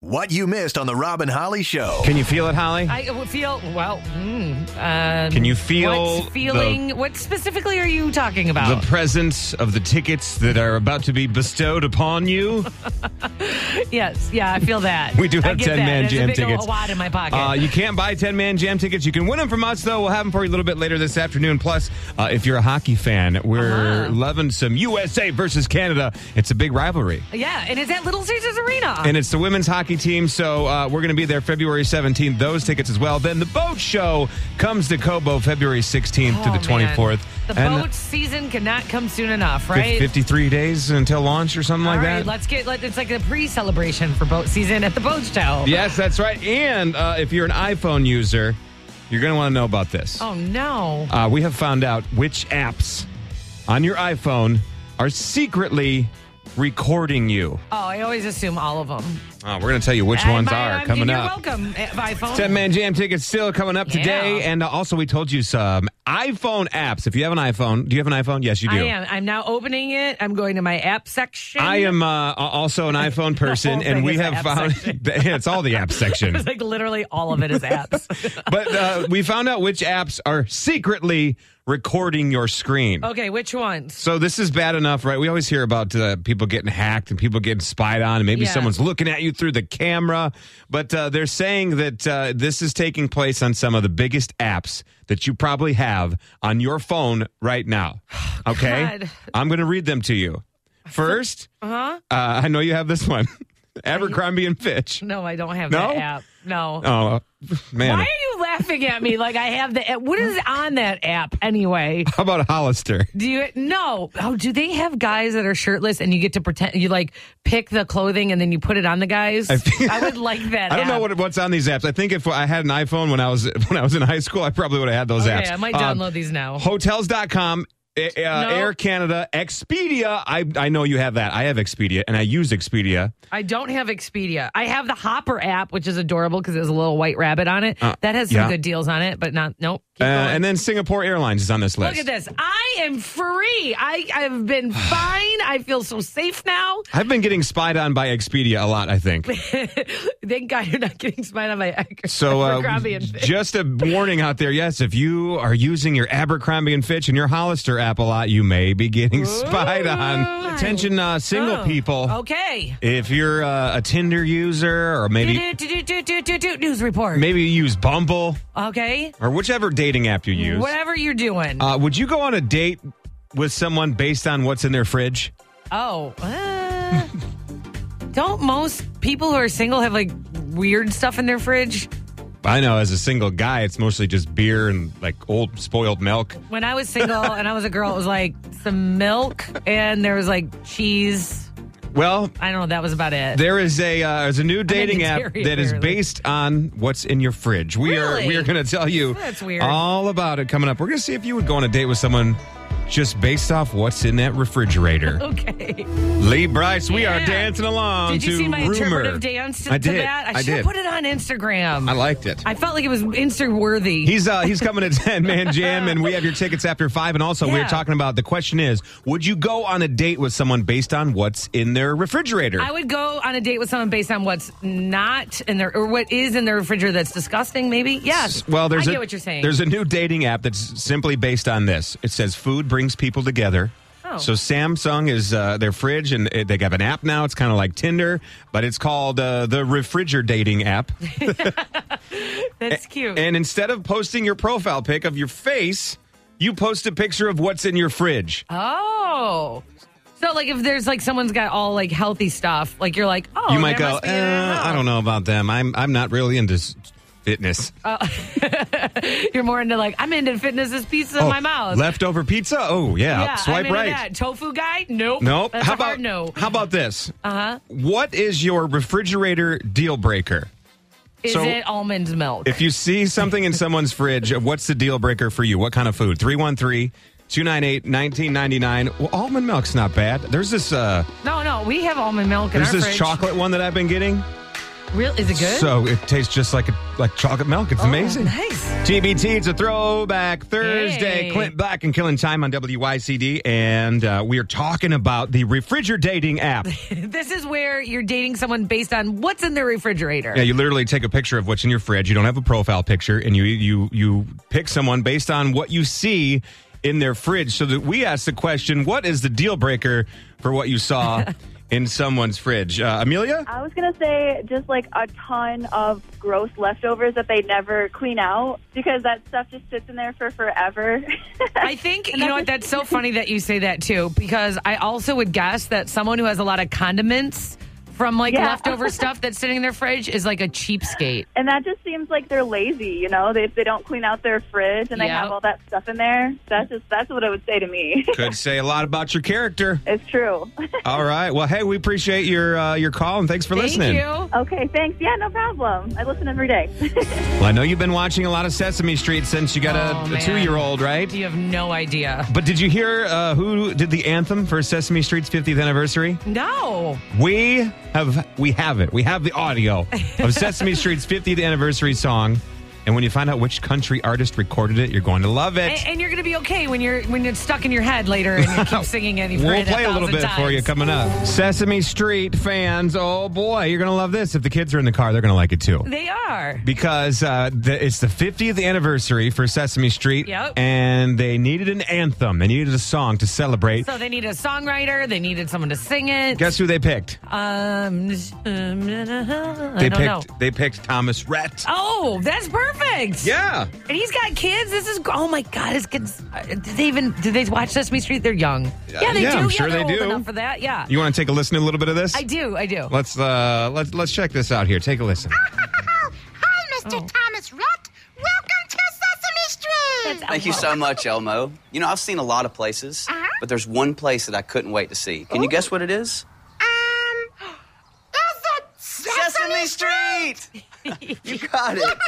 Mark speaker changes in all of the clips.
Speaker 1: What you missed on the Robin Holly Show.
Speaker 2: Can you feel it, Holly?
Speaker 3: I w- feel well. Mm, um,
Speaker 2: Can you feel
Speaker 3: what's feeling?
Speaker 2: the-
Speaker 3: what specifically are you talking
Speaker 2: the
Speaker 3: about?
Speaker 2: presence of the tickets that are about to be bestowed upon you.
Speaker 3: yes, yeah, I feel that.
Speaker 2: We do
Speaker 3: I
Speaker 2: have
Speaker 3: get that.
Speaker 2: 10 man
Speaker 3: There's a
Speaker 2: jam
Speaker 3: big ol'
Speaker 2: tickets.
Speaker 3: wad in my pocket.
Speaker 2: Uh, you can't buy 10 man jam tickets. You can win them from us, though. We'll have them for you a little bit later this afternoon. Plus, uh, if you're a hockey fan, we're
Speaker 3: Uh-huh.
Speaker 2: loving some USA versus Canada. It's a big rivalry.
Speaker 3: yeah, and it's at Little Caesars Arena.
Speaker 2: And it's the women's hockey team, so uh, we're going to be there February 17th. Those tickets as well. Then the boat show comes to Kobo February 16th to
Speaker 3: Oh,
Speaker 2: the uh,
Speaker 3: man.
Speaker 2: 24th.
Speaker 3: The boat season cannot come soon enough,
Speaker 2: fif-
Speaker 3: right?
Speaker 2: 53 days until launch or something
Speaker 3: All
Speaker 2: like
Speaker 3: right,
Speaker 2: that.
Speaker 3: let's get. Let, it's like a pre-celebration for boat season at the boat show.
Speaker 2: Yes, that's right. And uh, if you're an iPhone user, you're going to want to know about this.
Speaker 3: Oh no.
Speaker 2: Uh, we have found out which apps on your iPhone are secretly recording you.
Speaker 3: Oh, I always assume all of them.
Speaker 2: Uh, we're going to tell you which
Speaker 3: And
Speaker 2: ones
Speaker 3: my-
Speaker 2: are
Speaker 3: I'm-
Speaker 2: coming
Speaker 3: you're
Speaker 2: up.
Speaker 3: welcome, eh, iPhone.
Speaker 2: 10 man jam tickets still coming up
Speaker 3: Yeah.
Speaker 2: today. And uh, also, we told you some iPhone apps. If you have an iPhone, do you have an iPhone? Yes, you do.
Speaker 3: I am. I'm now opening it. I'm going to my app section.
Speaker 2: I am, uh, a- also an iPhone person,
Speaker 3: thing
Speaker 2: and we
Speaker 3: is the
Speaker 2: have
Speaker 3: app
Speaker 2: found
Speaker 3: section.
Speaker 2: it's all the app section.
Speaker 3: It's like literally all of it is apps.
Speaker 2: But uh, we found out which apps are secretly recording your screen.
Speaker 3: okay, which ones?
Speaker 2: So this is bad enough, right? We always hear about uh, people getting hacked and people getting spied on, and maybe
Speaker 3: Yeah.
Speaker 2: someone's looking at you through the camera. But uh, they're saying that uh, this is taking place on some of the biggest apps that you probably have on your phone right now. Okay,
Speaker 3: God.
Speaker 2: I'm going to read them to you. First, uh-huh. I know you have this one, Abercrombie and Fitch.
Speaker 3: No, I don't have
Speaker 2: No?
Speaker 3: that app. No.
Speaker 2: Oh man,
Speaker 3: Why are you laughing at me like I have the app? What is on that app anyway?
Speaker 2: how about Hollister?
Speaker 3: Do you no? Oh, do they have guys that are shirtless and you get to pretend you like pick the clothing and then you put it on the guys? I, would like that.
Speaker 2: I don't know
Speaker 3: app.
Speaker 2: what, what's on these apps. I think if I had an iPhone when I was when I was in high school, I probably would have had those
Speaker 3: Okay,
Speaker 2: apps.
Speaker 3: Oh, I might
Speaker 2: Uh,
Speaker 3: download these now.
Speaker 2: Hotels.com, eh, eh, uh,
Speaker 3: No.
Speaker 2: Air Canada, Expedia. I, I know you have that. I have Expedia and I use Expedia.
Speaker 3: I don't have Expedia. I have the Hopper app, which is adorable because there's a little white rabbit on it. that has some
Speaker 2: Uh, yeah.
Speaker 3: good deals on it, but not nope.
Speaker 2: Uh,
Speaker 3: Keep going.
Speaker 2: and then Singapore Airlines is on this list.
Speaker 3: Look at this. I am free. I, I've been fine. I feel so safe now.
Speaker 2: I've been getting spied on by Expedia a lot, I think.
Speaker 3: Thank God you're not getting spied on by Abercrombie
Speaker 2: So uh,
Speaker 3: and Fitch.
Speaker 2: just a warning out there. Yes, if you are using your Abercrombie and Fitch and your Hollister app a lot, you may be getting spied on. Attention uh,
Speaker 3: Oh.
Speaker 2: single people.
Speaker 3: Okay.
Speaker 2: If you're uh, a Tinder user or maybe
Speaker 3: Do-do-do-do-do-do-do News report.
Speaker 2: maybe you use Bumble
Speaker 3: Okay.
Speaker 2: or whichever dating app you use.
Speaker 3: Whatever you're doing.
Speaker 2: Uh, would you go on a date with someone based on what's in their fridge?
Speaker 3: Oh. uh, don't most people who are single have like weird stuff in their fridge?
Speaker 2: I know as a single guy, it's mostly just beer and like old spoiled milk.
Speaker 3: When I was single and I was a girl, it was like some milk and there was like cheese.
Speaker 2: Well,
Speaker 3: I don't know. That was about it.
Speaker 2: there is a uh, there's a new dating app
Speaker 3: interior,
Speaker 2: that is
Speaker 3: apparently.
Speaker 2: based on what's in your fridge. We are
Speaker 3: Really?
Speaker 2: we are going to tell you
Speaker 3: That's weird.
Speaker 2: all about it coming up. We're going to see if you would go on a date with someone just based off what's in that refrigerator.
Speaker 3: okay.
Speaker 2: Lee Bryce, we are
Speaker 3: Yeah.
Speaker 2: dancing along
Speaker 3: Did you
Speaker 2: to
Speaker 3: see my
Speaker 2: rumor.
Speaker 3: interpretive dance to,
Speaker 2: I
Speaker 3: to
Speaker 2: did.
Speaker 3: that? I,
Speaker 2: I
Speaker 3: should
Speaker 2: did.
Speaker 3: have put it on Instagram.
Speaker 2: I
Speaker 3: I,
Speaker 2: liked it.
Speaker 3: felt like it was Insta worthy.
Speaker 2: He's uh, he's coming at ten man jam, and we have your tickets after five. And also, we
Speaker 3: Yeah.
Speaker 2: are talking about the question is: Would you go on a date with someone based on what's in their refrigerator?
Speaker 3: I would go on a date with someone based on what's not in their or what is in their refrigerator that's disgusting. Maybe yes.
Speaker 2: well, there's
Speaker 3: I
Speaker 2: a,
Speaker 3: get what you're saying.
Speaker 2: There's a new dating app that's simply based on this. It says food brings people together.
Speaker 3: Oh.
Speaker 2: So Samsung is uh, their fridge, and uh, they have an app now. It's kind of like Tinder, but it's called uh, the Refrigerator Dating app.
Speaker 3: that's cute.
Speaker 2: And instead of posting your profile pic of your face, you post a picture of what's in your fridge.
Speaker 3: oh. So like if there's like someone's got all like healthy stuff, like you're like, oh,
Speaker 2: you might
Speaker 3: there
Speaker 2: go,
Speaker 3: must be in their
Speaker 2: eh,
Speaker 3: house."
Speaker 2: I don't know about them. I'm I'm not really into s- fitness.
Speaker 3: Oh, You're more into like I'm into fitness is pizza in
Speaker 2: Oh,
Speaker 3: my mouth.
Speaker 2: Leftover pizza? Oh yeah,
Speaker 3: yeah, I'm
Speaker 2: swipe
Speaker 3: into
Speaker 2: right.
Speaker 3: That. Tofu guy? Nope.
Speaker 2: Nope.
Speaker 3: That's
Speaker 2: how
Speaker 3: a
Speaker 2: about
Speaker 3: hard no? Uh-huh.
Speaker 2: How about this? Uh huh. What is your refrigerator deal breaker?
Speaker 3: Is
Speaker 2: so-
Speaker 3: it almond milk?
Speaker 2: If you see something in someone's fridge, what's the deal breaker for you? What kind of food? 313 298 1999. Well, almond milk's not bad. There's this uh
Speaker 3: no, no, we have almond milk in
Speaker 2: there's
Speaker 3: our
Speaker 2: this
Speaker 3: fridge.
Speaker 2: chocolate one that I've been getting.
Speaker 3: Real? Is it good?
Speaker 2: So it tastes just like a, like chocolate milk. It's
Speaker 3: Oh,
Speaker 2: amazing.
Speaker 3: Nice.
Speaker 2: TBT, it's a throwback Thursday.
Speaker 3: Hey.
Speaker 2: Clint Black and Killing Time on WYCD. And uh, we are talking about the refrigerator dating app.
Speaker 3: This is where you're dating someone based on what's in their refrigerator.
Speaker 2: Yeah, you literally take a picture of what's in your fridge. You don't have a profile picture, and you you you pick someone based on what you see in their fridge. So that we ask the question: What is the deal breaker for what you saw in someone's fridge? Uh, Amelia,
Speaker 4: I was going to say just like a ton of gross leftovers that they never clean out because that stuff just sits in there for forever.
Speaker 3: I think you know what. That's so funny that you say that too, because I also would guess that someone who has a lot of condiments from like
Speaker 4: Yeah.
Speaker 3: leftover stuff that's sitting in their fridge is like a cheapskate.
Speaker 4: and that just seems like they're lazy, you know? They, they don't clean out their fridge and they
Speaker 3: Yeah.
Speaker 4: have all that stuff in there. That's just that's what it would say to me.
Speaker 2: could say a lot about your character.
Speaker 4: it's true.
Speaker 2: All right. Well, hey, we appreciate your uh, your call and thanks for
Speaker 3: Thank
Speaker 2: listening.
Speaker 3: you.
Speaker 4: okay, thanks. Yeah, no problem. I listen every day.
Speaker 2: Well, I know you've been watching a lot of Sesame Street since you got
Speaker 3: Oh,
Speaker 2: a, a
Speaker 3: man.
Speaker 2: two year old, right?
Speaker 3: You have no idea.
Speaker 2: But did you hear uh, who did the anthem for Sesame Street's 50th anniversary?
Speaker 3: No.
Speaker 2: We have we have it. We have the audio of Sesame Street's 50th anniversary song. And when you find out which country artist recorded it, you're going to love
Speaker 3: And,
Speaker 2: it.
Speaker 3: and you're gonna be okay when you're when it's stuck in your head later and you keep singing it. You've heard
Speaker 2: We'll
Speaker 3: it a
Speaker 2: play a little
Speaker 3: thousand
Speaker 2: bit for you
Speaker 3: times.
Speaker 2: coming up. Sesame Street fans, oh boy, you're going to love this. If the kids are in the car, they're going to like it too.
Speaker 3: They are.
Speaker 2: Because uh, the, it's the 50th anniversary for Sesame Street,
Speaker 3: Yep.
Speaker 2: and they needed an anthem. They needed a song to celebrate.
Speaker 3: So they need a songwriter. They needed someone to sing it.
Speaker 2: Guess who they picked?
Speaker 3: Um, I
Speaker 2: They
Speaker 3: don't know.
Speaker 2: picked. They picked Thomas Rhett.
Speaker 3: Oh, that's perfect.
Speaker 2: Yeah.
Speaker 3: And he's got kids. This is gr- oh my god, his kids. uh, Did they even? Did they watch Sesame Street? They're young. Yeah, they
Speaker 2: yeah,
Speaker 3: do.
Speaker 2: I'm sure
Speaker 3: yeah, they're
Speaker 2: they
Speaker 3: old
Speaker 2: do.
Speaker 3: enough for that. Yeah,
Speaker 2: You want to take a listen to a little bit of this?
Speaker 3: I do. I do.
Speaker 2: Let's uh let's let's check this out here. Take a listen.
Speaker 3: Ah.
Speaker 5: Hi, Mr.
Speaker 6: Oh.
Speaker 5: Thomas Rhett. Welcome to Sesame Street. Um,
Speaker 6: Thank you so much, Elmo. You know, I've seen a lot of places,
Speaker 5: Uh-huh.
Speaker 6: but there's one place that I couldn't wait to see. Can you guess what it is?
Speaker 5: um, is it Sesame?
Speaker 6: Street! you got it.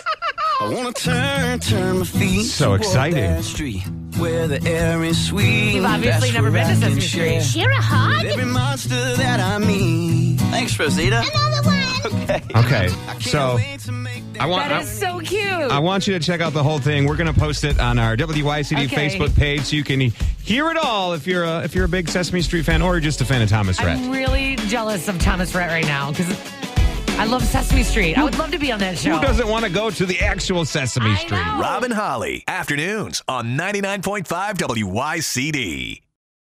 Speaker 7: I wanna turn, turn my feet.
Speaker 2: So
Speaker 7: toward
Speaker 2: exciting.
Speaker 7: that Street where the air is sweet.
Speaker 3: You've obviously
Speaker 7: That's
Speaker 3: never
Speaker 7: where
Speaker 3: been to
Speaker 7: I can
Speaker 3: Sesame Street.
Speaker 7: share
Speaker 5: Share a hug?
Speaker 7: Every monster that I meet.
Speaker 6: Thanks, Rosita.
Speaker 5: Another one?
Speaker 6: Okay.
Speaker 2: Okay.
Speaker 7: Can't
Speaker 2: So
Speaker 7: wait to make that
Speaker 2: I want
Speaker 3: That is
Speaker 2: I,
Speaker 3: so cute.
Speaker 2: I want you to check out the whole thing. We're going to post it on our WYCD
Speaker 3: Okay.
Speaker 2: Facebook page so you can hear it all if you're a if you're a big Sesame Street fan or you're just a fan of Thomas Rhett.
Speaker 3: I'm really jealous of Thomas Rhett right now because I love Sesame Street. I would love to be on that show.
Speaker 2: Who doesn't want to go to the actual Sesame
Speaker 3: I
Speaker 2: Street?
Speaker 3: know.
Speaker 1: Robin Holly, afternoons on 99.5 WYCD.